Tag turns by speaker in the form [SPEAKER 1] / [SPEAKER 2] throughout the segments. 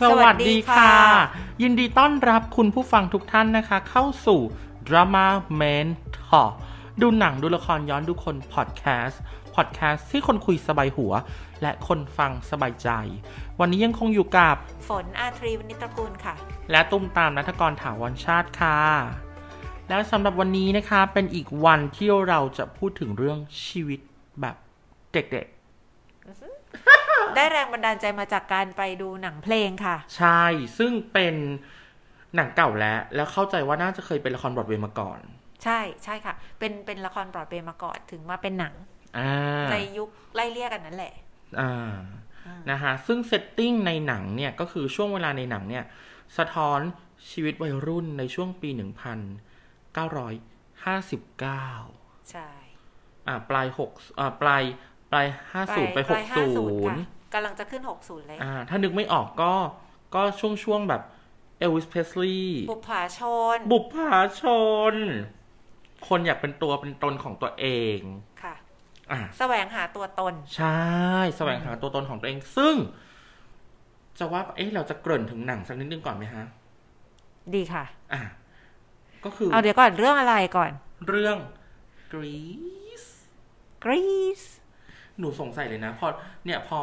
[SPEAKER 1] สวัสดีค่ะ ยินดีต้อนรับคุณผู้ฟังทุกท่านนะคะ เข้าสู่ Drama Mentor ดูหนังดูละครย้อนดูคนพอดแคสต์พอดแคสต์ที่คนคุยสบายหัว และคนฟังสบายใจ วันนี้ยังคงอยู่กับ
[SPEAKER 2] ฝนอาทรีวณิตรกูลค่ะ
[SPEAKER 1] และตุ้มตามนัทกรถาวรชาติค่ะ แล้วสำหรับวันนี้นะคะ เป็นอีกวันที่เราจะพูดถึงเรื่องชีวิตแบบเด็กๆ
[SPEAKER 2] ได้แรงบันดาลใจมาจากการไปดูหนังเพลงค่ะ
[SPEAKER 1] ใช่ ซึ่งเป็นหนังเก่าแล้ว แล้วเข้าใจว่าน่าจะเคยเป็นละครบรอดเวย์มาก่อน
[SPEAKER 2] ใช่ใช่ค่ะ เป็นเป็นละครบรอดเวย์มาก่อนถึงมาเป็นหนัง
[SPEAKER 1] อ่า
[SPEAKER 2] ในยุคไล่เรียกกันนั่นแหละ
[SPEAKER 1] อ่า
[SPEAKER 2] อ่าน
[SPEAKER 1] นะคะ ซึ่งเซตติ้งในหนังเนี่ย ก็คือช่วงเวลาในหนังเนี่ย สะท้อนชีวิตวัยรุ่นในช่วงปี 1959
[SPEAKER 2] ใช่
[SPEAKER 1] อ่า ปลาย6อ่า ปลาย ปลาย 50 ไป
[SPEAKER 2] ลายห้าศูนย์ค่ะ
[SPEAKER 1] 60
[SPEAKER 2] กำลังจะขึ้น 60 เลย
[SPEAKER 1] อ่า ถ้านึกไม่ออกก็ ก็ช่วงช่วงๆแบบเอลวิสเพสลี
[SPEAKER 2] บุปผาชน
[SPEAKER 1] บุพภาชน คนอยากเป็นตัวเป็นตนของตัวเอง
[SPEAKER 2] ค่ะ
[SPEAKER 1] อ่ะ
[SPEAKER 2] แสวงหาตัวตน
[SPEAKER 1] ใช่แสวงหาตัวตนของตัวเอง ซึ่ง จะว่า เอ๊ะ เราจะเกริ่นถึงหนังสักนิดนึงก่อนไหมฮะ
[SPEAKER 2] ดีค่ะ
[SPEAKER 1] อ่ะ ก็คือ
[SPEAKER 2] เอาเดี๋ยวก่อนเรื่องอะไรก่อน
[SPEAKER 1] เรื่องกรีซ
[SPEAKER 2] กรีซ
[SPEAKER 1] หนูสงสัยเลยนะ พอ เนี่ยพอ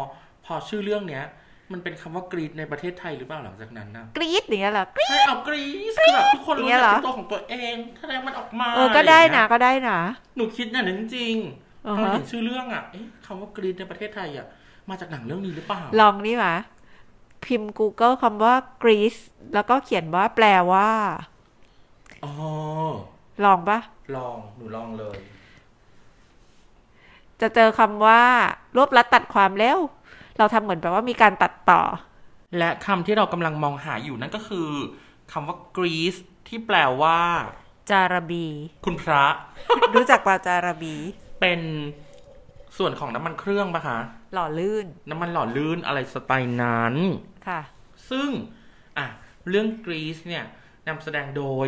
[SPEAKER 1] พอชื่อเรื่องเนี้ย มันเป็นคำว่ากรีซในประเทศไทยหรือเปล่าหลังจากนั้นนะ
[SPEAKER 2] กรีซอย่างเงี้ยเหรอกรี๊ด
[SPEAKER 1] ใช่เอากรีซคือแบบทุกคนรู้
[SPEAKER 2] อย่างเงี้ย
[SPEAKER 1] จั
[SPEAKER 2] เหร
[SPEAKER 1] ก
[SPEAKER 2] อ
[SPEAKER 1] เป็นตัวของตัวเองแสดงมันออกมา
[SPEAKER 2] เออ ก็ได้
[SPEAKER 1] อย่างเงี้
[SPEAKER 2] นะ
[SPEAKER 1] ย
[SPEAKER 2] ก็ได้นะ
[SPEAKER 1] หนูคิดอย่างนั้นจริงๆ
[SPEAKER 2] อ่า
[SPEAKER 1] ต
[SPEAKER 2] ฮะ
[SPEAKER 1] อนเห็นชื่อเรื่องอ่ะ เอ๊ะคำว่ากรีนในประเทศไทยอ่ะ มาจากหนังเรื่องนี้หรือเปล่า
[SPEAKER 2] ลองนี่หวะพิมพ์ Google คำว่ากรีซแล้วก็เขียนว่าแปลว่า
[SPEAKER 1] อ๋อ
[SPEAKER 2] ลองปะ
[SPEAKER 1] ลอง หนูลองเลย
[SPEAKER 2] จะเจอคำว่า รวบรัดตัดความเร็ว เราทำเหมือนแปลว่ามีการตัดต่อ
[SPEAKER 1] และคำที่เรากำลังมองหาอยู่นั่นก็คือคำว่ากรีซที่แปลว่า
[SPEAKER 2] จาระบี
[SPEAKER 1] คุณพระ
[SPEAKER 2] รู้จักปลาจาระบี
[SPEAKER 1] เป็นส่วนของน้ำมันเครื่องปะคะ
[SPEAKER 2] หล่อลื่น
[SPEAKER 1] น้ำมันหล่อลื่นอะไรสไตล์นั้น
[SPEAKER 2] ค่ะ
[SPEAKER 1] ซึ่ง อ่ะ เรื่องกรีซเนี่ยนำแสดงโดย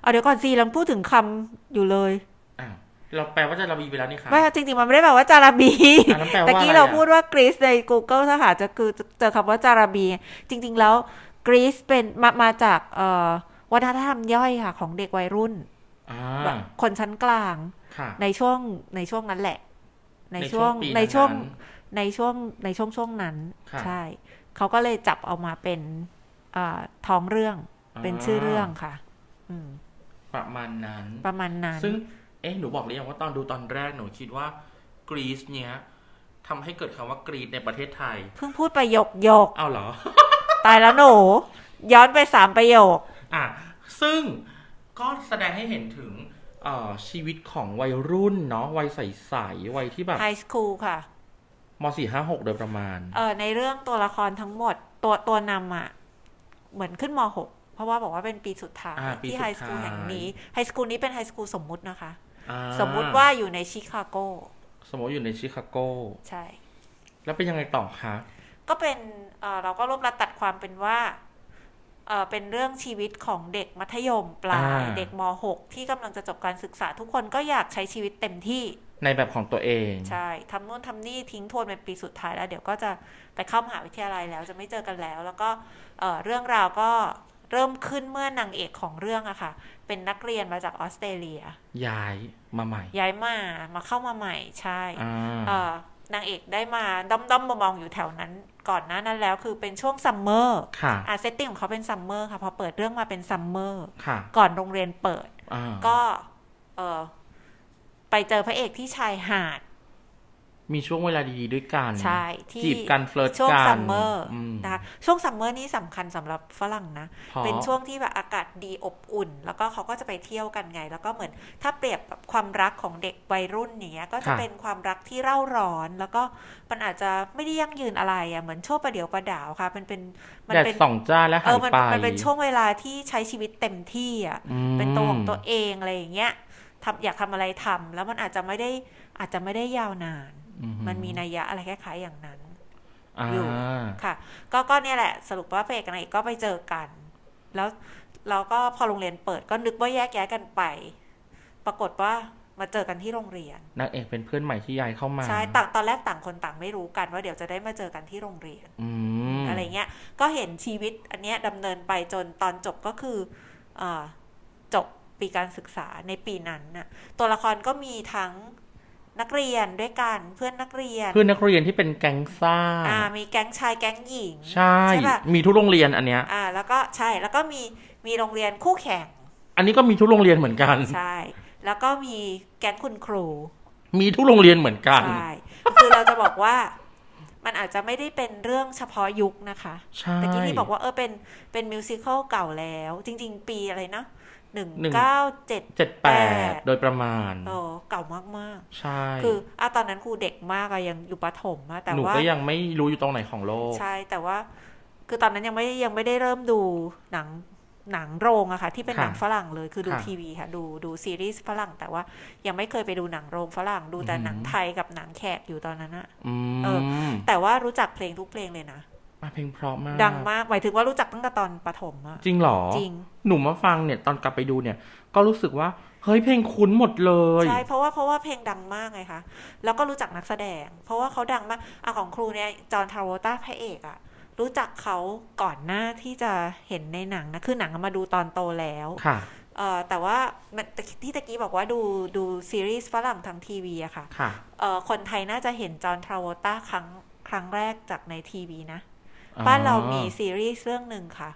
[SPEAKER 2] เอาเดี๋ยวก่อนสิเราพูดถึงคำอยู่เลย
[SPEAKER 1] อ่ะ เราแปลว่าจะระบีไปแล้วนี่คะ
[SPEAKER 2] ไม่จริงๆ มันไม่ได้แปลว่าจาระบี
[SPEAKER 1] อ่ะแล้วแปลว่าอะไรอ่ะ
[SPEAKER 2] ตะกี้เราพูดว่ากรีซใน Google ถ้าหาจะคือเจอคำว่าจาระบี จริง ๆ แล้วกรีซเป็นมามาจากเอ่อวัฒนธรรมย่อยค่ะ ของเด็กวัยรุ่น
[SPEAKER 1] อ่า
[SPEAKER 2] คนชั้นกลาง
[SPEAKER 1] ค่ะ
[SPEAKER 2] ในช่วงในช่วงนั้นแหละ ในช่วงใน
[SPEAKER 1] ในช่
[SPEAKER 2] ช่ว
[SPEAKER 1] ว
[SPEAKER 2] ง
[SPEAKER 1] งปี
[SPEAKER 2] ในช่วงในช่วงช่วงนั้น
[SPEAKER 1] ค่ะ
[SPEAKER 2] ใช่ เขาก็เลยจับเอามาเป็นอ่าท้องเรื่องเป็นชื่อเรื่องค่ะ อืม
[SPEAKER 1] ประมาณนั้น
[SPEAKER 2] ประมาณนั้น
[SPEAKER 1] ซึ่ง เอ๊ะ หนูบอกหรือยังว่าตอนดูตอนแรกหนูคิดว่ากรีซเนี้ยทำให้เกิดคำว่ากรีซในประเทศไทย
[SPEAKER 2] เพิ่งพูดประโยคโยก
[SPEAKER 1] เอาเหรอ
[SPEAKER 2] ตายแล้วหนู ย้อนไปสามประโยค
[SPEAKER 1] อ่ะ ซึ่งก็แสดงให้เห็นถึงเอ่อชีวิตของวัยรุ่นเนาะ วัยใสๆวัยที่แบบ
[SPEAKER 2] ไฮสคูลค่ะ
[SPEAKER 1] มสี่ห้าหกโดยประมาณ
[SPEAKER 2] เออในเรื่องตัวละครทั้งหมด ตัวตัวนำอ่ะ เหมือนขึ้นมหกเพราะว่าบอกว่าเป็นปีสุดท้าย
[SPEAKER 1] อ่าปีสุ
[SPEAKER 2] ที่
[SPEAKER 1] ด
[SPEAKER 2] ไฮสคูล
[SPEAKER 1] ท้าย
[SPEAKER 2] แห่งนี้ไฮสคูลนี้เป็นไฮสคูลสมมุตินะคะ
[SPEAKER 1] อ่า
[SPEAKER 2] สมมุติว่าอยู่ในชิคาโก
[SPEAKER 1] สมมติอยู่ในชิคาโก
[SPEAKER 2] ใช่
[SPEAKER 1] แล้วเป็นยังไงต่อคะ
[SPEAKER 2] ก็เป็นเอ่อเราก็รวบรัดตัดความเป็นว่าเอ่อเป็นเรื่องชีวิตของเด็กมัธยมปลาย
[SPEAKER 1] อ่า
[SPEAKER 2] เด็กม .6 ที่กำลังจะจบการศึกษาทุกคนก็อยากใช้ชีวิตเต็มที่
[SPEAKER 1] ในแบบของตัวเอง
[SPEAKER 2] ใช่ทำนู่นทำนี่ทิ้งทวนเป็นปีสุดท้ายแล้ว เดี๋ยวก็จะไปเข้ามหาวิทยาลัยแล้วจะไม่เจอกันแล้ว แล้วก็เอ่อเรื่องราวก็เริ่มขึ้นเมื่อนางเอกของเรื่องอะค่ะ เป็นนักเรียนมาจากออสเตรเลีย
[SPEAKER 1] ย้ายมาใหม่
[SPEAKER 2] ย้ายมามาเข้ามาใหม่ใช่
[SPEAKER 1] อ่า
[SPEAKER 2] เอ่อนางเอกได้มาด้อมด้อมๆมองๆอยู่แถวนั้น ก่อนหน้านั้นแล้วคือเป็นช่วงซัมเมอร์
[SPEAKER 1] ค่ะ
[SPEAKER 2] อ่ะเซตติ้งของเขาเป็นซัมเมอร์ค่ะพอเปิดเรื่องมาเป็นซัมเมอร์
[SPEAKER 1] ค่ะ
[SPEAKER 2] ก่อนโรงเรียนเปิด
[SPEAKER 1] อ่า
[SPEAKER 2] ก็เออไปเจอพระเอกที่ชายหาด
[SPEAKER 1] มีช่วงเวลาดีๆด้วยกัน
[SPEAKER 2] ชายที่
[SPEAKER 1] จีบกันเฟลิร์ตกัน
[SPEAKER 2] ช่วงซัมเมอร์
[SPEAKER 1] ม
[SPEAKER 2] นะคะช่วงซัมเมอร์นี่สำคัญสำหรับฝรั่งนะ
[SPEAKER 1] พราะ
[SPEAKER 2] เป็นช่วงที่แบบอากาศดีอบอุ่น แล้วก็เขาก็จะไปเที่ยวกันไง แล้วก็เหมือนถ้าเปรียบแบบความรักของเด็กวัยรุ่นอย่างเนี้ยก็จะ
[SPEAKER 1] ค่ะ
[SPEAKER 2] เป็นความรักที่เร่าร้อน แล้วก็มันอาจจะไม่ได้ยั่งยืนอะไรอ่ะเหมือนช่วงประเดี๋ยวประดาวค่ะ มันเป็นมั
[SPEAKER 1] แดด
[SPEAKER 2] เป็น
[SPEAKER 1] ส่องจ้าและ
[SPEAKER 2] เอ
[SPEAKER 1] หาย
[SPEAKER 2] อมัน
[SPEAKER 1] ไป
[SPEAKER 2] มันเป็นช่วงเวลาที่ใช้ชีวิตเต็มที่อ่ะ
[SPEAKER 1] อืม
[SPEAKER 2] เป็นตัวของตัวเองอะไรอย่างเงี้ยทำอยากทำอะไรทำแล้วมันอาจจะไม่ได้อาจจะไม่ได้ยาวนาน
[SPEAKER 1] อื
[SPEAKER 2] มันมีนัยยะอะไรคล้ายๆอย่างนั้น
[SPEAKER 1] อา
[SPEAKER 2] อยู่ ค่ะก็ก็เนี่ยแหละสรุปว่าพระเอกกับนางเอกก็ไปเจอกัน แล้วเราก็พอโรงเรียนเปิดก็นึกว่าแยกย้ายกันไป ปรากฏว่า มาเจอกันที่โรงเรียน
[SPEAKER 1] นางเอกเป็นเพื่อนใหม่ที่ยายเข้ามา
[SPEAKER 2] ใช่ต่างตอนแรกต่างคนต่างไม่รู้กันว่าเดี๋ยวจะได้มาเจอกันที่โรงเรียน
[SPEAKER 1] อืม
[SPEAKER 2] อะไรเงี้ย ก็เห็นชีวิตอันเนี้ยดำเนินไปจนตอนจบก็คืออาจบปีการศึกษาในปีนั้นน่ะ ตัวละครก็มีทั้งนักเรียนด้วยกันเพื่อนนักเรียน
[SPEAKER 1] เพื่อนนักเรียนที่เป็นแก๊งซ่า
[SPEAKER 2] อ่ามีแก๊งชายแก๊งหญิง
[SPEAKER 1] ใช่
[SPEAKER 2] ปะ
[SPEAKER 1] มีทุกโรงเรียนอันเนี้ย
[SPEAKER 2] อ่า แล้วก็ใช่แล้วก็มีมีโรงเรียนคู่แข่ง
[SPEAKER 1] อันนี้ก็มีทุกโรงเรียนเหมือนกัน
[SPEAKER 2] ใช่ แล้วก็มีแก๊งคุณครู
[SPEAKER 1] มีทุกโรงเรียนเหมือนกัน
[SPEAKER 2] ใช่ คือเราจะบอกว่ามันอาจจะไม่ได้เป็นเรื่องเฉพาะยุคนะคะ
[SPEAKER 1] ใช่
[SPEAKER 2] แต่กี้ที่บอกว่าเออเป็นเป็นมิวสิควลเก่าแล้ว จริง ๆ ปีอะไรนะหนึ่งเก้าเจ็ด
[SPEAKER 1] เจ็ดแป
[SPEAKER 2] แป
[SPEAKER 1] ด
[SPEAKER 2] ด
[SPEAKER 1] โดยประมาณ
[SPEAKER 2] เออเก่ามาก
[SPEAKER 1] ใช่
[SPEAKER 2] ๆ คืออ่ะตอนนั้นครูเด็กมากอะยังอยู่ประถมอะแต่
[SPEAKER 1] หนู
[SPEAKER 2] ว่า
[SPEAKER 1] ก็ยังไม่รู้อยู่ตรงไหนของโลก
[SPEAKER 2] ใช่แต่ว่า คือตอนนั้นยังไม่ได้ยังไม่ได้เริ่มดูหนังหนังโรงอะค่ะ ที่เป็น
[SPEAKER 1] ค่ะ
[SPEAKER 2] หนังฝรั่งเลยคือดู
[SPEAKER 1] ค่ะ
[SPEAKER 2] ทีวีค่ะดูดูซีรีส์ฝรั่ง แต่ว่ายังไม่เคยไปดูหนังโรงฝรั่งดูแต่
[SPEAKER 1] อืม
[SPEAKER 2] หนังไทยกับหนังแขกอยู่ตอนนั้นอะ
[SPEAKER 1] อื
[SPEAKER 2] เอ
[SPEAKER 1] ม
[SPEAKER 2] แต่ว่ารู้จักเพลงทุกเพลงเลยนะ
[SPEAKER 1] มาเพลงเพราะมาก
[SPEAKER 2] ดังมาก หมายถึงว่ารู้จักตั้งแต่ตอนประถมอะ
[SPEAKER 1] จริงเหรอ
[SPEAKER 2] จริง
[SPEAKER 1] หนูมาฟังเนี่ยตอนกลับไปดูเนี่ย ก็รู้สึกว่า เฮ้ยเพลงคุ้นหมดเลย
[SPEAKER 2] ใช่เพราะว่าเพราะว่าเพลงดังมากไงคะแล้วก็รู้จักนักแสดง เพราะว่าเขาดังมากอะของครูเนี่ยจอห์นทาโรต้าพระเอกอะรู้จักเขาก่อนหน้าที่จะเห็นในหนังนะคือหนังเอามาดูตอนโตแล้ว
[SPEAKER 1] ค่ะ
[SPEAKER 2] เอ่อแต่ว่ามันที่ตะกี้บอกว่าดูดูซีรีส์ฝรั่งทางทีวีอะค่ะ
[SPEAKER 1] ค่ะ
[SPEAKER 2] เอ่อคนไทยน่าจะเห็นจอห์นทราโวต้าครั้งครั้งแรกจากในทีวีนะ บ้านเรามีซีรีส์เรื่องหนึ่งค่ะ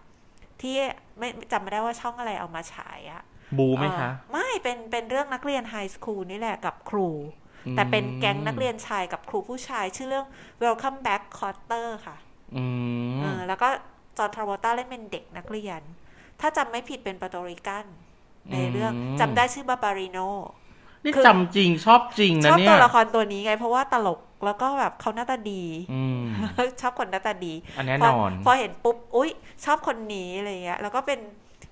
[SPEAKER 2] ที่ไม่จำไม่ได้ว่าช่องอะไรเอามาฉายอะ
[SPEAKER 1] บูไหมคะ
[SPEAKER 2] เอ่อไม่เป็นเป็นเรื่องนักเรียนไฮสคูลนี่แหละกับครู
[SPEAKER 1] อืม
[SPEAKER 2] แต่เป็นแก๊งนักเรียนชายกับครูผู้ชาย ชื่อเรื่อง Welcome Back Quarter ค่ะ
[SPEAKER 1] อืม
[SPEAKER 2] เออแล้วก็จอร์นทราโวลต้าเล่นเป็นเด็กนักเรียน ถ้าจำไม่ผิดเป็นปาโตริกัน ในเรื่อง
[SPEAKER 1] ม
[SPEAKER 2] จำได้ชื่อบาบาริโน
[SPEAKER 1] นี่
[SPEAKER 2] คือ
[SPEAKER 1] จำจริงชอบจริง
[SPEAKER 2] ช
[SPEAKER 1] นะ
[SPEAKER 2] อบ
[SPEAKER 1] เนี่ย
[SPEAKER 2] ตัวละครตัวนี้ไง เพราะว่าตลกแล้วก็แบบเขาหน้าตาดี
[SPEAKER 1] อืม
[SPEAKER 2] ชอบคนหน้าตาดี
[SPEAKER 1] อันแน่
[SPEAKER 2] พอน
[SPEAKER 1] อน
[SPEAKER 2] พอเห็นปุ๊บ อุ๊ย ชอบคนนี้อะไรเงี้ย แล้วก็เป็น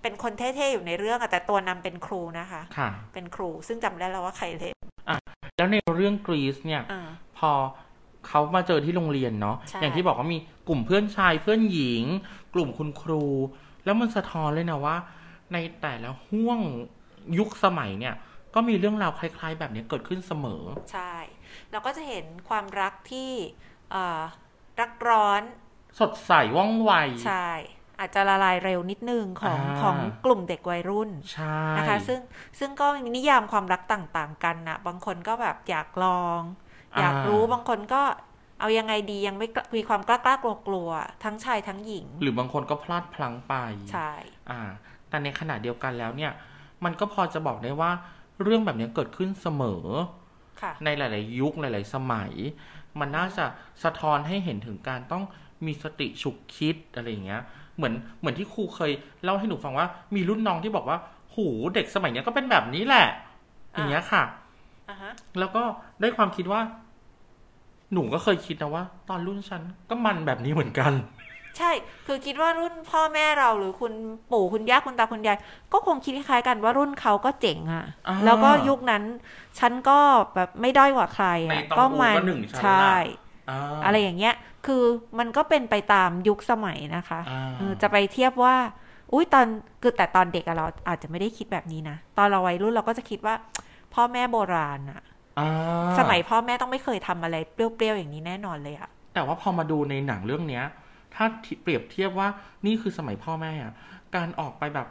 [SPEAKER 2] เป็นคนเท่ๆ อยู่ในเรื่องอะแต่ตัวนำเป็นครูนะคะ
[SPEAKER 1] ค่ะ
[SPEAKER 2] เป็นครู ซึ่งจำได้แล้วว่าใครเล่น
[SPEAKER 1] แล้วในเรื่องกรีซเนี่ย
[SPEAKER 2] อ่า
[SPEAKER 1] พอเขามาเจอที่โรงเรียนเนาะ
[SPEAKER 2] ใช่
[SPEAKER 1] อย่างที่บอกว่ามีกลุ่มเพื่อนชายเพื่อนหญิง กลุ่มคุณครู แล้วมันสะท้อนเลยนะว่า ในแต่ละห่วงยุคสมัยเนี่ย ก็มีเรื่องราวคล้าย ๆ แบบเนี้ยเกิดขึ้นเสมอ
[SPEAKER 2] ใช่ เราก็จะเห็นความรักที่เอ่อรักร้อน
[SPEAKER 1] สดใสว่องไว
[SPEAKER 2] ใช่ อาจจะละลายเร็วนิดนึงของ
[SPEAKER 1] อ่า
[SPEAKER 2] ของกลุ่มเด็กวัยรุ่น
[SPEAKER 1] ใช่
[SPEAKER 2] นะคะ ซึ่ง ซึ่งก็มีนิยามความรักต่างๆ กันนะบางคนก็แบบอยากลอง อยากรู้ บางคนก็เอายังไงดี ยังไม่กล้ามีความกล้ากลัวกลัวๆทั้งชายทั้งหญิง
[SPEAKER 1] หรือบางคนก็พลาดพลั้งไป
[SPEAKER 2] ใช่
[SPEAKER 1] อ่า แต่ในขณะเดียวกันแล้วเนี่ย มันก็พอจะบอกได้ว่าเรื่องแบบเนี้ยเกิดขึ้นเสมอ
[SPEAKER 2] ค่ะ
[SPEAKER 1] ในหลาย ๆ ยุคหลาย ๆ สมัย มันน่าจะสะท้อนให้เห็นถึงการต้องมีสติฉุกคิดอะไรอย่างเงี้ย เหมือนเหมือนที่ครูเคยเล่าให้หนูฟังว่า มีรุ่นน้องที่บอกว่าหูเด็กสมัยเนี้ยก็เป็นแบบนี้แหละ อย่างเงี้ยค่ะ
[SPEAKER 2] อ่าฮะ
[SPEAKER 1] แล้วก็ได้ความคิดว่า หนูก็เคยคิดนะว่า ตอนรุ่นฉันก็มันแบบนี้เหมือนกัน
[SPEAKER 2] ใช่ คือคิดว่ารุ่นพ่อแม่เราหรือคุณปู่คุณย่าคุณตาคุณยายก็คงคิดคล้ายๆกันว่ารุ่นเขาก็เจ๋งอะ
[SPEAKER 1] อ่า
[SPEAKER 2] แล้วก็ยุคนั้น ฉันก็แบบไม่ด้อยกว่าใคร
[SPEAKER 1] ใน
[SPEAKER 2] อะ
[SPEAKER 1] ตอง
[SPEAKER 2] ก็
[SPEAKER 1] อูก็หนึ่งชั้นละ
[SPEAKER 2] ใช่
[SPEAKER 1] อ่า
[SPEAKER 2] อะไรอย่างเงี้ย คือมันก็เป็นไปตามยุคสมัยนะคะ
[SPEAKER 1] อ่า
[SPEAKER 2] เออจะไปเทียบว่า อุ้ยตอนคือแต่ตอนเด็กอะเราอาจจะไม่ได้คิดแบบนี้นะ ตอนเราวัยรุ่นเราก็จะคิดว่า พ่อแม่โบราณอะ
[SPEAKER 1] อ่า
[SPEAKER 2] สมัยพ่อแม่ต้องไม่เคยทำอะไรเปรี้ยวๆอย่างนี้แน่นอนเลยอะ
[SPEAKER 1] แต่ว่าพอมาดูในหนังเรื่องเนี้ย ถ้าเปรียบเทียบว่านี่คือสมัยพ่อแม่อะการออกไปแบบ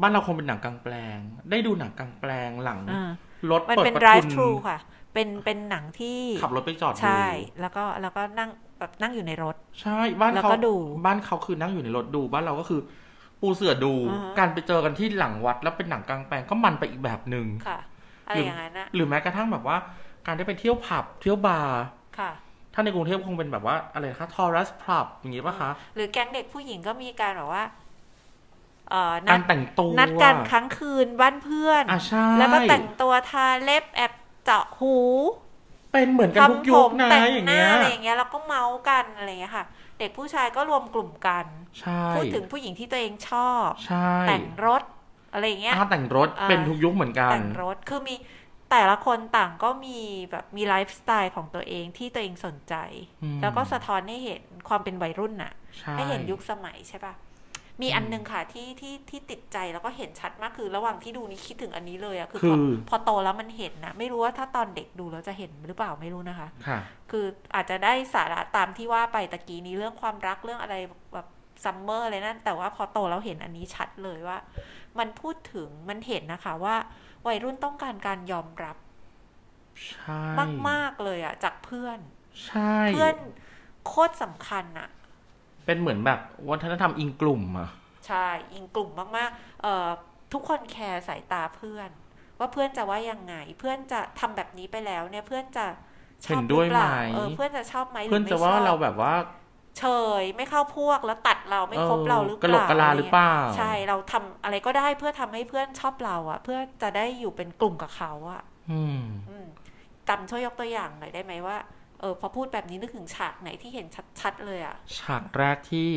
[SPEAKER 1] บ้านเราคงเป็นหนังกลางแปลง ได้ดูหนังกลางแปลงหลัง
[SPEAKER 2] อ่า
[SPEAKER 1] รถ
[SPEAKER 2] มัน
[SPEAKER 1] เปิด
[SPEAKER 2] เป็น
[SPEAKER 1] ประ
[SPEAKER 2] drive
[SPEAKER 1] ทุ
[SPEAKER 2] thru ค่ะ เป็น เป็นหนังที่
[SPEAKER 1] ขับรถไปจอดดู
[SPEAKER 2] ใช่ แล้วก็ แล้วก็นั่ง แบบนั่งอยู่ในรถ
[SPEAKER 1] ใช่บ้าน
[SPEAKER 2] แล้ว
[SPEAKER 1] เขา
[SPEAKER 2] ก็ดู
[SPEAKER 1] บ้านเขาคือนั่งอยู่ในรถดู บ้านเราก็คือ ปูเสือดู
[SPEAKER 2] อ่าฮะ
[SPEAKER 1] การไปเจอกันที่หลังวัด แล้วเป็นหนังกลางแปลงก็มันไปอีกแบบหนึ่ง
[SPEAKER 2] ค่ะ อะไรอย่างนั้นนะ
[SPEAKER 1] หรือแม้กระทั่งแบบว่า การได้ไปเที่ยวผับเที่ยวบาร์
[SPEAKER 2] ค่ะ
[SPEAKER 1] ถ้าในกรุงเทพคงเป็นแบบว่าอะไรนะคะทอรัสผับอย่างงี้ป่ะคะ
[SPEAKER 2] หรือแก๊งเด็กผู้หญิงก็มีการแบบว่า เอ่อ นั
[SPEAKER 1] กา
[SPEAKER 2] ด
[SPEAKER 1] รแต่งตัว
[SPEAKER 2] นัดกันครั้างคืนบ้านเพื่อน
[SPEAKER 1] อ่ะใช่
[SPEAKER 2] แล้วก็แต่งตัวทาเล็บแอบเจาะหู
[SPEAKER 1] เป็นเหมือนกันทุก
[SPEAKER 2] ทำผ
[SPEAKER 1] ยุค
[SPEAKER 2] ม
[SPEAKER 1] นะ
[SPEAKER 2] แต่ง
[SPEAKER 1] อย่าง
[SPEAKER 2] ห
[SPEAKER 1] เงี้
[SPEAKER 2] น้า
[SPEAKER 1] ย
[SPEAKER 2] อะไรอย่างเงี้ย แล้วก็เมาส์กันอะไรอย่างเงี้ยค่ะ เด็กผู้ชายก็รวมกลุ่มกัน
[SPEAKER 1] ใช่
[SPEAKER 2] พูดถึงผู้หญิงที่ตัวเองชอบ
[SPEAKER 1] ใช่
[SPEAKER 2] แต่งรถ อะไรอย่างเงี้ย
[SPEAKER 1] อาแต่งรถ
[SPEAKER 2] อ่า
[SPEAKER 1] เป็นทุกยุคเหมือนกัน
[SPEAKER 2] แต่งรถ คือมีแต่ละคนต่างก็มีแบบมีไลฟ์สไตล์ของตัวเองที่ตัวเองสนใจ
[SPEAKER 1] อืม
[SPEAKER 2] แล้วก็สะท้อนให้เห็นความเป็นวัยรุ่นน่ะ
[SPEAKER 1] ใช่
[SPEAKER 2] ให้เห็นยุคสมัยใช่ปะ มีอันหนึงค่ะที่ที่ที่ติดใจแล้วก็เห็นชัดมากคือระหว่างที่ดูนี่คิดถึงอันนี้เลยอะคือ
[SPEAKER 1] คื
[SPEAKER 2] พอ
[SPEAKER 1] อ
[SPEAKER 2] พอโตแล้วมันเห็นนะไม่รู้ว่าถ้าตอนเด็กดูแล้วจะเห็นหรือเปล่าไม่รู้นะคะ
[SPEAKER 1] ค่ะ
[SPEAKER 2] คืออาจจะได้สาระตามที่ว่าไปตะกี้นี้เรื่องความรักเรื่องอะไรแบบซัมเมอร์อะไรนั่นแต่ว่าพอโตเราเห็นอันนี้ชัดเลยว่า มันพูดถึงมันเห็นนะคะว่า วัยรุ่นต้องการการยอมรับ
[SPEAKER 1] ใช่
[SPEAKER 2] มาก ๆ เลยอะจากเพื่อน
[SPEAKER 1] ใช่
[SPEAKER 2] เพื่อนโคตรสำคัญอะ
[SPEAKER 1] เป็นเหมือนแบบวัฒนธรรมอิงกลุ่มอะ
[SPEAKER 2] ใช่อิงกลุ่มมากๆเอ่อทุกคนแคร์สายตาเพื่อน ว่าเพื่อนจะว่ายังไง เพื่อนจะทำแบบนี้ไปแล้วเนี่ยเพื่อนจะชอ
[SPEAKER 1] เห็
[SPEAKER 2] บ
[SPEAKER 1] น
[SPEAKER 2] หรื
[SPEAKER 1] ด้วย
[SPEAKER 2] อเป
[SPEAKER 1] ไหม
[SPEAKER 2] ล่าเออเพื่อนจะชอบไหมหรือ
[SPEAKER 1] เพื่อน
[SPEAKER 2] ไม่
[SPEAKER 1] จะ
[SPEAKER 2] ช
[SPEAKER 1] ว่า
[SPEAKER 2] อบ
[SPEAKER 1] เราแบบว่า
[SPEAKER 2] เฉยไม่เข้าพวกแล้วตัดเราไม่คบ
[SPEAKER 1] เออ
[SPEAKER 2] เราหรือเป
[SPEAKER 1] กะ
[SPEAKER 2] ล่า
[SPEAKER 1] โหลกกะลา
[SPEAKER 2] ะไห
[SPEAKER 1] รือเปล่า
[SPEAKER 2] ใช่เราทำอะไรก็ได้เพื่อทำให้เพื่อนชอบเราอะเพื่อจะได้อยู่เป็นกลุ่มกับเขาอะ
[SPEAKER 1] อืม
[SPEAKER 2] อืมจำช่วยยกตัวอย่างหน่อยได้ไหมว่าเออพอพูดแบบนี้นึกถึงฉากไหนที่เห็นชัดๆเลยอะ
[SPEAKER 1] ฉากแรกที่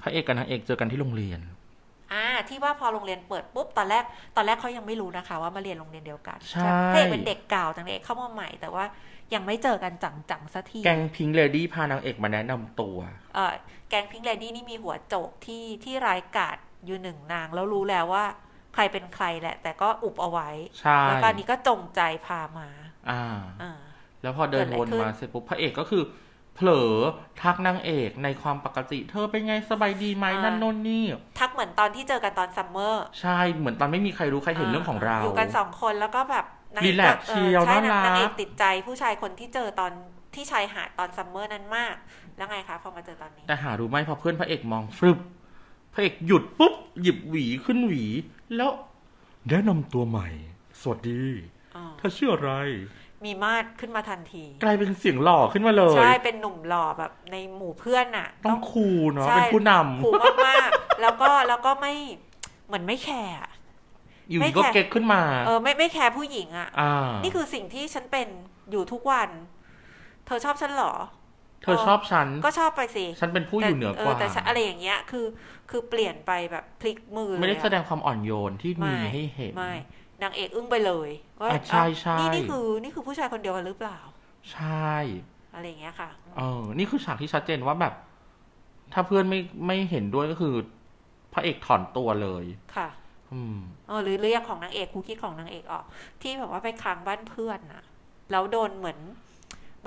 [SPEAKER 1] พระเอกกับนางเอกเจอกันที่โรงเรียน
[SPEAKER 2] อ่า ที่ว่าพอโรงเรียนเปิดปุ๊บตอนแรก ตอนแรกเขายังไม่รู้นะคะ ว่ามาเรียนโรงเรียนเดียวกัน
[SPEAKER 1] ใช่
[SPEAKER 2] พระเอกเป็นเด็กเก่าต่างเอกเข้ามาใหม่ แต่ว่ายังไม่เจอกันจังๆสักที
[SPEAKER 1] แกงพิงเลดี้พานางเอกมาแนะนำตัว
[SPEAKER 2] เอ่อแก๊งพิงค์เลดี้นี่มีหัวโจกที่ที่ร้ายกาจอยู่หนึ่งนาง แล้วรู้แล้วว่าใครเป็นใครแหละ แต่ก็อุบเอาไว้
[SPEAKER 1] ใช่
[SPEAKER 2] แล้วก็อันนี้ก็จงใจพามา
[SPEAKER 1] อ่า
[SPEAKER 2] อ่า
[SPEAKER 1] แล้วพอเดินวน
[SPEAKER 2] เกิดอะไรขึ้น
[SPEAKER 1] มาเสร็จปุ๊บพระเอกก็คือ เผลอทักนางเอกในความปกติ เธอเป็นไงสบายดีไหมนั่นโน่นนี่
[SPEAKER 2] ทักเหมือนตอนที่เจอกันตอนซัมเมอร์
[SPEAKER 1] ใช่เหมือนตอนไม่มีใครรู้ใครเห็นเรื่องของเรา
[SPEAKER 2] ยู่กันสองคนแล้วก็แบบนาง
[SPEAKER 1] รี
[SPEAKER 2] เอก
[SPEAKER 1] แลกซ์
[SPEAKER 2] ออ
[SPEAKER 1] เชียว
[SPEAKER 2] ใช่
[SPEAKER 1] น่ารัก
[SPEAKER 2] นางเอกติดใจผู้ชายคนที่เจอตอนที่ชายหาดตอนซัมเมอร์นั้นมาก แล้วไงคะพอมาเจอตอนนี้
[SPEAKER 1] แต่หารู้ไหมพอเพื่อนพระเอกมองฟรึบพระเอกหยุดปุ๊บ หยิบหวีขึ้นหวี แล้วแนะนำตัวใหม่ สวัสดี
[SPEAKER 2] อ๋อ
[SPEAKER 1] เธอชื่ออะไร
[SPEAKER 2] มีมาดขึ้นมาทันที
[SPEAKER 1] กลายเป็นเสียงหล่อขึ้นมาเลย
[SPEAKER 2] ใช่เป็นหนุ่มหล่อแบบในหมู่เพื่อนน่ะ
[SPEAKER 1] ต้องคูลเนาะ
[SPEAKER 2] ใช่
[SPEAKER 1] เป็นผู้น
[SPEAKER 2] ผูกมากๆ แล้วก็ แล้วก็ไม่เหมือนไม่แคร์อะ
[SPEAKER 1] ำอยู่
[SPEAKER 2] ไม่
[SPEAKER 1] ดีก็
[SPEAKER 2] แคร์
[SPEAKER 1] เก็กขึ้นมา
[SPEAKER 2] เออไม่ไม่แคร์ผู้หญิงอะ
[SPEAKER 1] อ่า
[SPEAKER 2] นี่คือสิ่งที่ฉันเป็นอยู่ทุกวัน เธอชอบฉันเหรอ
[SPEAKER 1] เธอชอบฉัน
[SPEAKER 2] ก็ชอบไปสิ
[SPEAKER 1] ฉันเป็นผู้อยู่เหนือกว่า
[SPEAKER 2] แต่ฉันอะไรอย่างเงี้ยคือ คือเปลี่ยนไปแบบพลิกมือเลยอะ
[SPEAKER 1] ไม่ได้แสดงความอ่อนโยนที่
[SPEAKER 2] ไม่
[SPEAKER 1] มีให้เห็น
[SPEAKER 2] ไม่นางเอกอึ้งไปเลยว่า
[SPEAKER 1] อ่ะใช่
[SPEAKER 2] อ่ะ
[SPEAKER 1] ใช่
[SPEAKER 2] นี่นี่คือนี่คือผู้ชายคนเดียวกันหรือเปล่า
[SPEAKER 1] ใช่
[SPEAKER 2] อะไรอย่างเงี้ยค่ะ
[SPEAKER 1] เออนี่คือฉากที่ชัดเจนว่าแบบ ถ้าเพื่อนไม่ไม่เห็นด้วยก็คือ พระเอกถอนตัวเลย
[SPEAKER 2] ค่ะ
[SPEAKER 1] อืม
[SPEAKER 2] เออหรือเรื่องของนางเอกครูคิดของนางเอกออก ที่แบบว่าไปค้างบ้านเพื่อนนะแล้วโดนเหมือน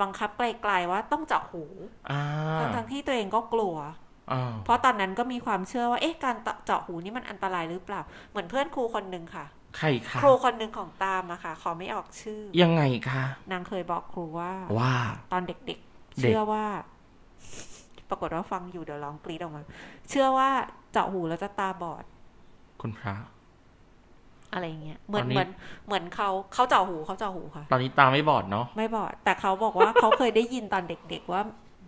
[SPEAKER 2] บังคับไกลๆว่าต้องเจาะหู
[SPEAKER 1] อ่า
[SPEAKER 2] ทั้งๆที่ตัวเองก็กลัว
[SPEAKER 1] อ่า
[SPEAKER 2] เพราะตอนนั้นก็มีความเชื่อว่าเอ๊ะการเจาะหูนี่มันอันตรายหรือเปล่า เหมือนเพื่อนครูคนหนึ่งค่ะ
[SPEAKER 1] ใครคะ
[SPEAKER 2] ครูคนหนึ่งของตามอะค่ะ ขอไม่ออกชื่อ
[SPEAKER 1] ยังไงคะ
[SPEAKER 2] นางเคยบอกครูว่า
[SPEAKER 1] ว่า
[SPEAKER 2] ตอนเด็กๆ เชื่อว่า ปรากฏว่าฟังอยู่เดี๋ยวร้องกรีดออกมา เชื่อว่าเจาะหูแล้วจะตาบอด
[SPEAKER 1] คุณพระ
[SPEAKER 2] อะไรอย่างเงี้ยเหมือน
[SPEAKER 1] ตอนนี้
[SPEAKER 2] เหมือนเหมือนเขาเขาเจาะหูเขาเจาะหูค่ะ
[SPEAKER 1] ตอนนี้ตาไม่บอดเนาะ
[SPEAKER 2] ไม่บอด แต่เขาบอกว่า เขาเคยได้ยินตอนเด็ก ๆ ว่า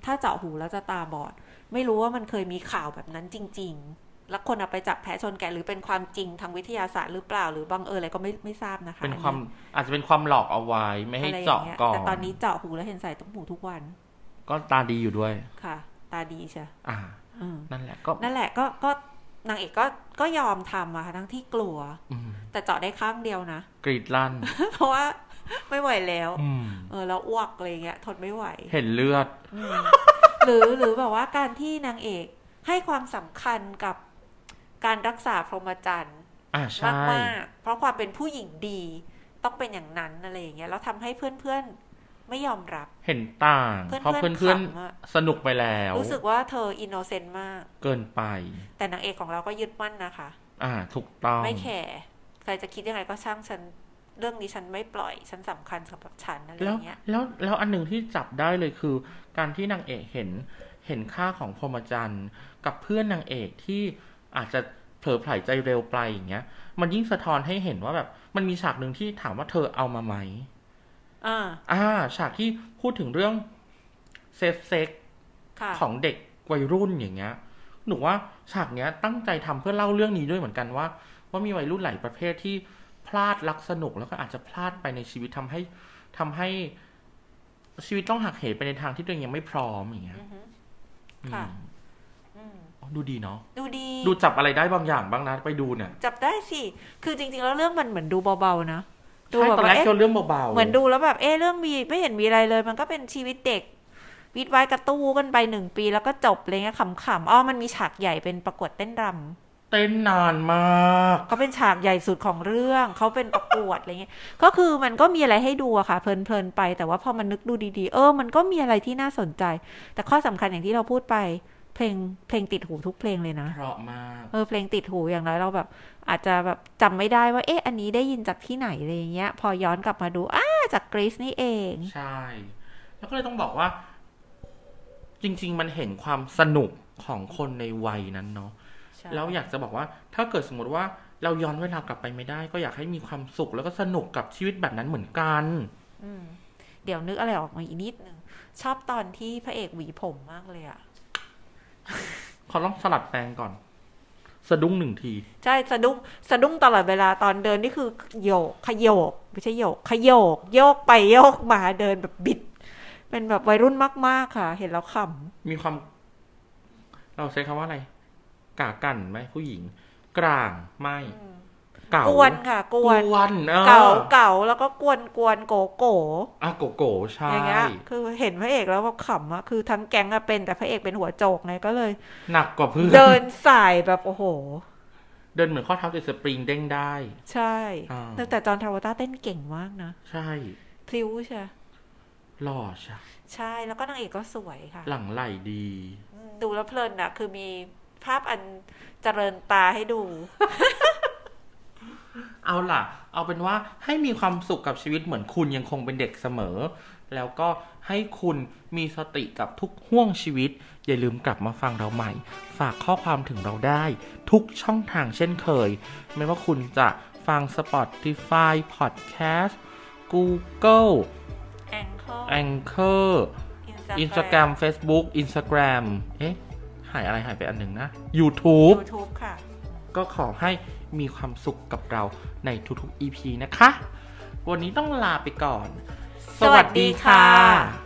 [SPEAKER 2] ถ้าเจาะหูแล้วจะตาบอด ไม่รู้ว่ามันเคยมีข่าวแบบนั้นจริง ๆ แล้วคนเอาไปจับแพะชนแกะหรือเป็นความจริงทางวิทยาศาสตร์หรือเปล่า หรือบังเอิญอะไรก็ไม่ไม่ทราบนะคะ
[SPEAKER 1] เป็นความอาจจะเป็นความหลอกเอาไว้ ไม่
[SPEAKER 2] อั
[SPEAKER 1] ให้
[SPEAKER 2] นนี้
[SPEAKER 1] เจาะ
[SPEAKER 2] อะไรอย่างงี้ย
[SPEAKER 1] ก่อ
[SPEAKER 2] แต่
[SPEAKER 1] น
[SPEAKER 2] ตอนนี้เจาะหูแล้วเห็นใส่ตุ้งหูทุกวัน
[SPEAKER 1] ก็ตาดีอยู่ด้วย
[SPEAKER 2] ค่ะ ตาดีใช่
[SPEAKER 1] อ่า
[SPEAKER 2] อืม
[SPEAKER 1] นั่นแหละก็
[SPEAKER 2] นั่นแหละก็ก็นางเอกก็ก็ยอมทำอะค่ะทั้งที่กลัว
[SPEAKER 1] อืม
[SPEAKER 2] แต่เจาะได้ข้างเดียวนะ
[SPEAKER 1] กรีดลั่น
[SPEAKER 2] เพราะว่าไม่ไหวแล้ว
[SPEAKER 1] อื ม
[SPEAKER 2] เออแล้วอ้วกอะไรเงี้ยทนไม่ไหว
[SPEAKER 1] เห็นเลือด
[SPEAKER 2] อืมหรือหรือแบบว่าการที่นางเอกให้ความสำคัญกับการรักษาพรหมจรรย์
[SPEAKER 1] อ่าใช่
[SPEAKER 2] มากมากๆเพราะความเป็นผู้หญิงดีต้องเป็นอย่างนั้นอะไรอย่างเงี้ยแล้วทำให้เพื่อนๆไม่ยอมรับ
[SPEAKER 1] เห็นต่าง
[SPEAKER 2] เพื่อนๆ
[SPEAKER 1] เพราะเพื่อน
[SPEAKER 2] ขำอะ
[SPEAKER 1] ๆสนุกไปแล้ว
[SPEAKER 2] รู้สึกว่าเธออินโนเซนต์มาก
[SPEAKER 1] เกินไป
[SPEAKER 2] แต่นางเอกของเราก็ยึดมั่นนะคะ
[SPEAKER 1] อ่า ถูกต้อง
[SPEAKER 2] ไม่แคร์ใครจะคิดยังไงก็ช่างฉันเรื่องนี้ฉันไม่ปล่อย ฉันสำคัญสำหรับฉันอะไรอ
[SPEAKER 1] แล้ว
[SPEAKER 2] ย่างเงี้ย
[SPEAKER 1] แล้วแล้วอันหนึ่งที่จับได้เลยคือ การที่นางเอกเห็นเห็นค่าของพรหมจรรย์ กับเพื่อนนางเอกที่อาจจะเผลอไผลใจเร็วไปอย่างเงี้ย มันยิ่งสะท้อนให้เห็นว่าแบบ มันมีฉากหนึ่งที่ถามว่าเธอเอามาไหม
[SPEAKER 2] อ่า
[SPEAKER 1] อ่า ฉากที่พูดถึงเรื่องเซฟเซ็ก
[SPEAKER 2] ค่ะ
[SPEAKER 1] ของเด็กวัยรุ่นอย่างเงี้ย หนูว่าฉากเนี้ยตั้งใจทำเพื่อเล่าเรื่องนี้ด้วยเหมือนกันว่า ว่ามีวัยรุ่นหลายประเภทที่พลาดรักสนุกแล้วก็อาจจะพลาดไปในชีวิตทำให้ทำให้ชีวิตต้องหักเหไปในทางที่ตัวเองยังไม่พร้อมอย่างเงี้ย
[SPEAKER 2] อือฮึ ค่ะ
[SPEAKER 1] อืม
[SPEAKER 2] อืม
[SPEAKER 1] อ๋อดูดีเนาะ
[SPEAKER 2] ดูดี
[SPEAKER 1] ดูจับอะไรได้บางอย่างบ้างนะไปดูเนี่ย
[SPEAKER 2] จับได้สิ คือจริง ๆ แล้วเรื่องมันเหมือนดูเบา ๆ นะ ดู
[SPEAKER 1] ใช่
[SPEAKER 2] แบบ
[SPEAKER 1] ตอนแร
[SPEAKER 2] ว่าก เอ๊ะ
[SPEAKER 1] เจอเรื่องเบาๆ
[SPEAKER 2] เหมือนดูแล้วแบบ เอ๊ะเรื่องมีไม่เห็นมีอะไรเลย มันก็เป็นชีวิตเด็ก วิดไว้กระตู้กันไปหนึ่งปีแล้วก็จบอะไรเงี้ยขำๆ อ้อ มันมีฉากใหญ่เป็นประกวดเต้นรำ
[SPEAKER 1] เต้นนานมาก
[SPEAKER 2] ก็เป็นฉากใหญ่สุดของเรื่องเขาเป็นประกวดอะไรเงี้ยก็คือมันก็มีอะไรให้ดูอะค่ะ เพลินๆไป แต่ว่าพอมันนึกดูดีๆ เออ มันก็มีอะไรที่น่าสนใจ แต่ข้อสำคัญอย่างที่เราพูดไป เพลงเพลงติดหูทุกเพลงเลยนะ
[SPEAKER 1] เพราะมาก
[SPEAKER 2] เออเพลงติดหูอย่างน้อยเราแบบ อาจจะแบบจำไม่ได้ว่า เอ๊ะ อันนี้ได้ยินจากที่ไหนอะไรอย่างเงี้ย พอย้อนกลับมาดูอ้าจากกรีซนี่เอง
[SPEAKER 1] ใช่ แล้วก็เลยต้องบอกว่า จริง ๆ มันเห็นความสนุกของคนในวัยนั้นเนาะ แล้วอยากจะบอกว่าถ้าเกิดสมมติว่าเราย้อนเวลากลับไปไม่ได้ ก็อยากให้มีความสุขแล้วก็สนุกกับชีวิตแบบนั้นเหมือนกัน
[SPEAKER 2] อืมเดี๋ยวนึกอะไรออกมาอีกนิดนึงชอบตอนที่พระเอกหวีผมมากเลยอะ
[SPEAKER 1] ขอลองสลัดแปลงก่อน สะดุ้งหนึ่งที
[SPEAKER 2] ใช่สะดุ้งสะดุ้งตลอดเวลาตอนเดินนี่คือโยกขยโยกไม่ใช่โยกขยโยก โยกไปโยกมาเดินแบบบิด เป็นแบบวัยรุ่นมากๆค่ะ เห็นแล้วข
[SPEAKER 1] มีความ เราใช้คำว่าอะไรกากันไหมผู้หญิง กลางไม่
[SPEAKER 2] ำ
[SPEAKER 1] เก่าก ก
[SPEAKER 2] วนค่ะ กวน
[SPEAKER 1] วนเออ
[SPEAKER 2] เก่าเก่าแล้วก็กวนกวนโกโก
[SPEAKER 1] อ่ะโกโกใช่
[SPEAKER 2] อย่างเงี้ยคือเห็นพระเอกแล้วแบบขำอะคือทั้งแก๊งอะเป็นแต่พระเอกเป็นหัวโจกไงก็เลย
[SPEAKER 1] หนักกว่าเพื่อน
[SPEAKER 2] เดินสายแบบโอ้โห
[SPEAKER 1] เดินเหมือนข้อเท้าติดสปริงเด้งได้
[SPEAKER 2] ใช่
[SPEAKER 1] อ่า
[SPEAKER 2] แต่แต่จอห์นทราโวลต้าเต้นเก่งมากนะ
[SPEAKER 1] ใช่
[SPEAKER 2] พลิ้วใช่
[SPEAKER 1] หล่อใช่
[SPEAKER 2] ใช่แล้วก็นางเอกก็สวยค่ะ
[SPEAKER 1] หลังไหลดี
[SPEAKER 2] ดูแล้วเพลินอ่ะ คือมีภาพอันเจริญตาให้ดู
[SPEAKER 1] เอาล่ะ เอาเป็นว่าให้มีความสุขกับชีวิตเหมือนคุณยังคงเป็นเด็กเสมอ แล้วก็ให้คุณมีสติกับทุกห่วงชีวิต อย่าลืมกลับมาฟังเราใหม่ ฝากข้อความถึงเราได้ ทุกช่องทางเช่นเคย ไม่ว่าคุณจะฟัง Spotify Podcast Google
[SPEAKER 2] แองเคิล
[SPEAKER 1] Anchor Instagram Facebook Instagram เอ๊ะ หายอะไรหายไปอันหนึ่งนะ YouTube
[SPEAKER 2] ยูทูบค่ะ
[SPEAKER 1] ก็ขอให้มีความสุขกับเราในทุกๆ EP นะคะ วันนี้ต้องลาไปก่อน
[SPEAKER 2] สวัสดีค่ะ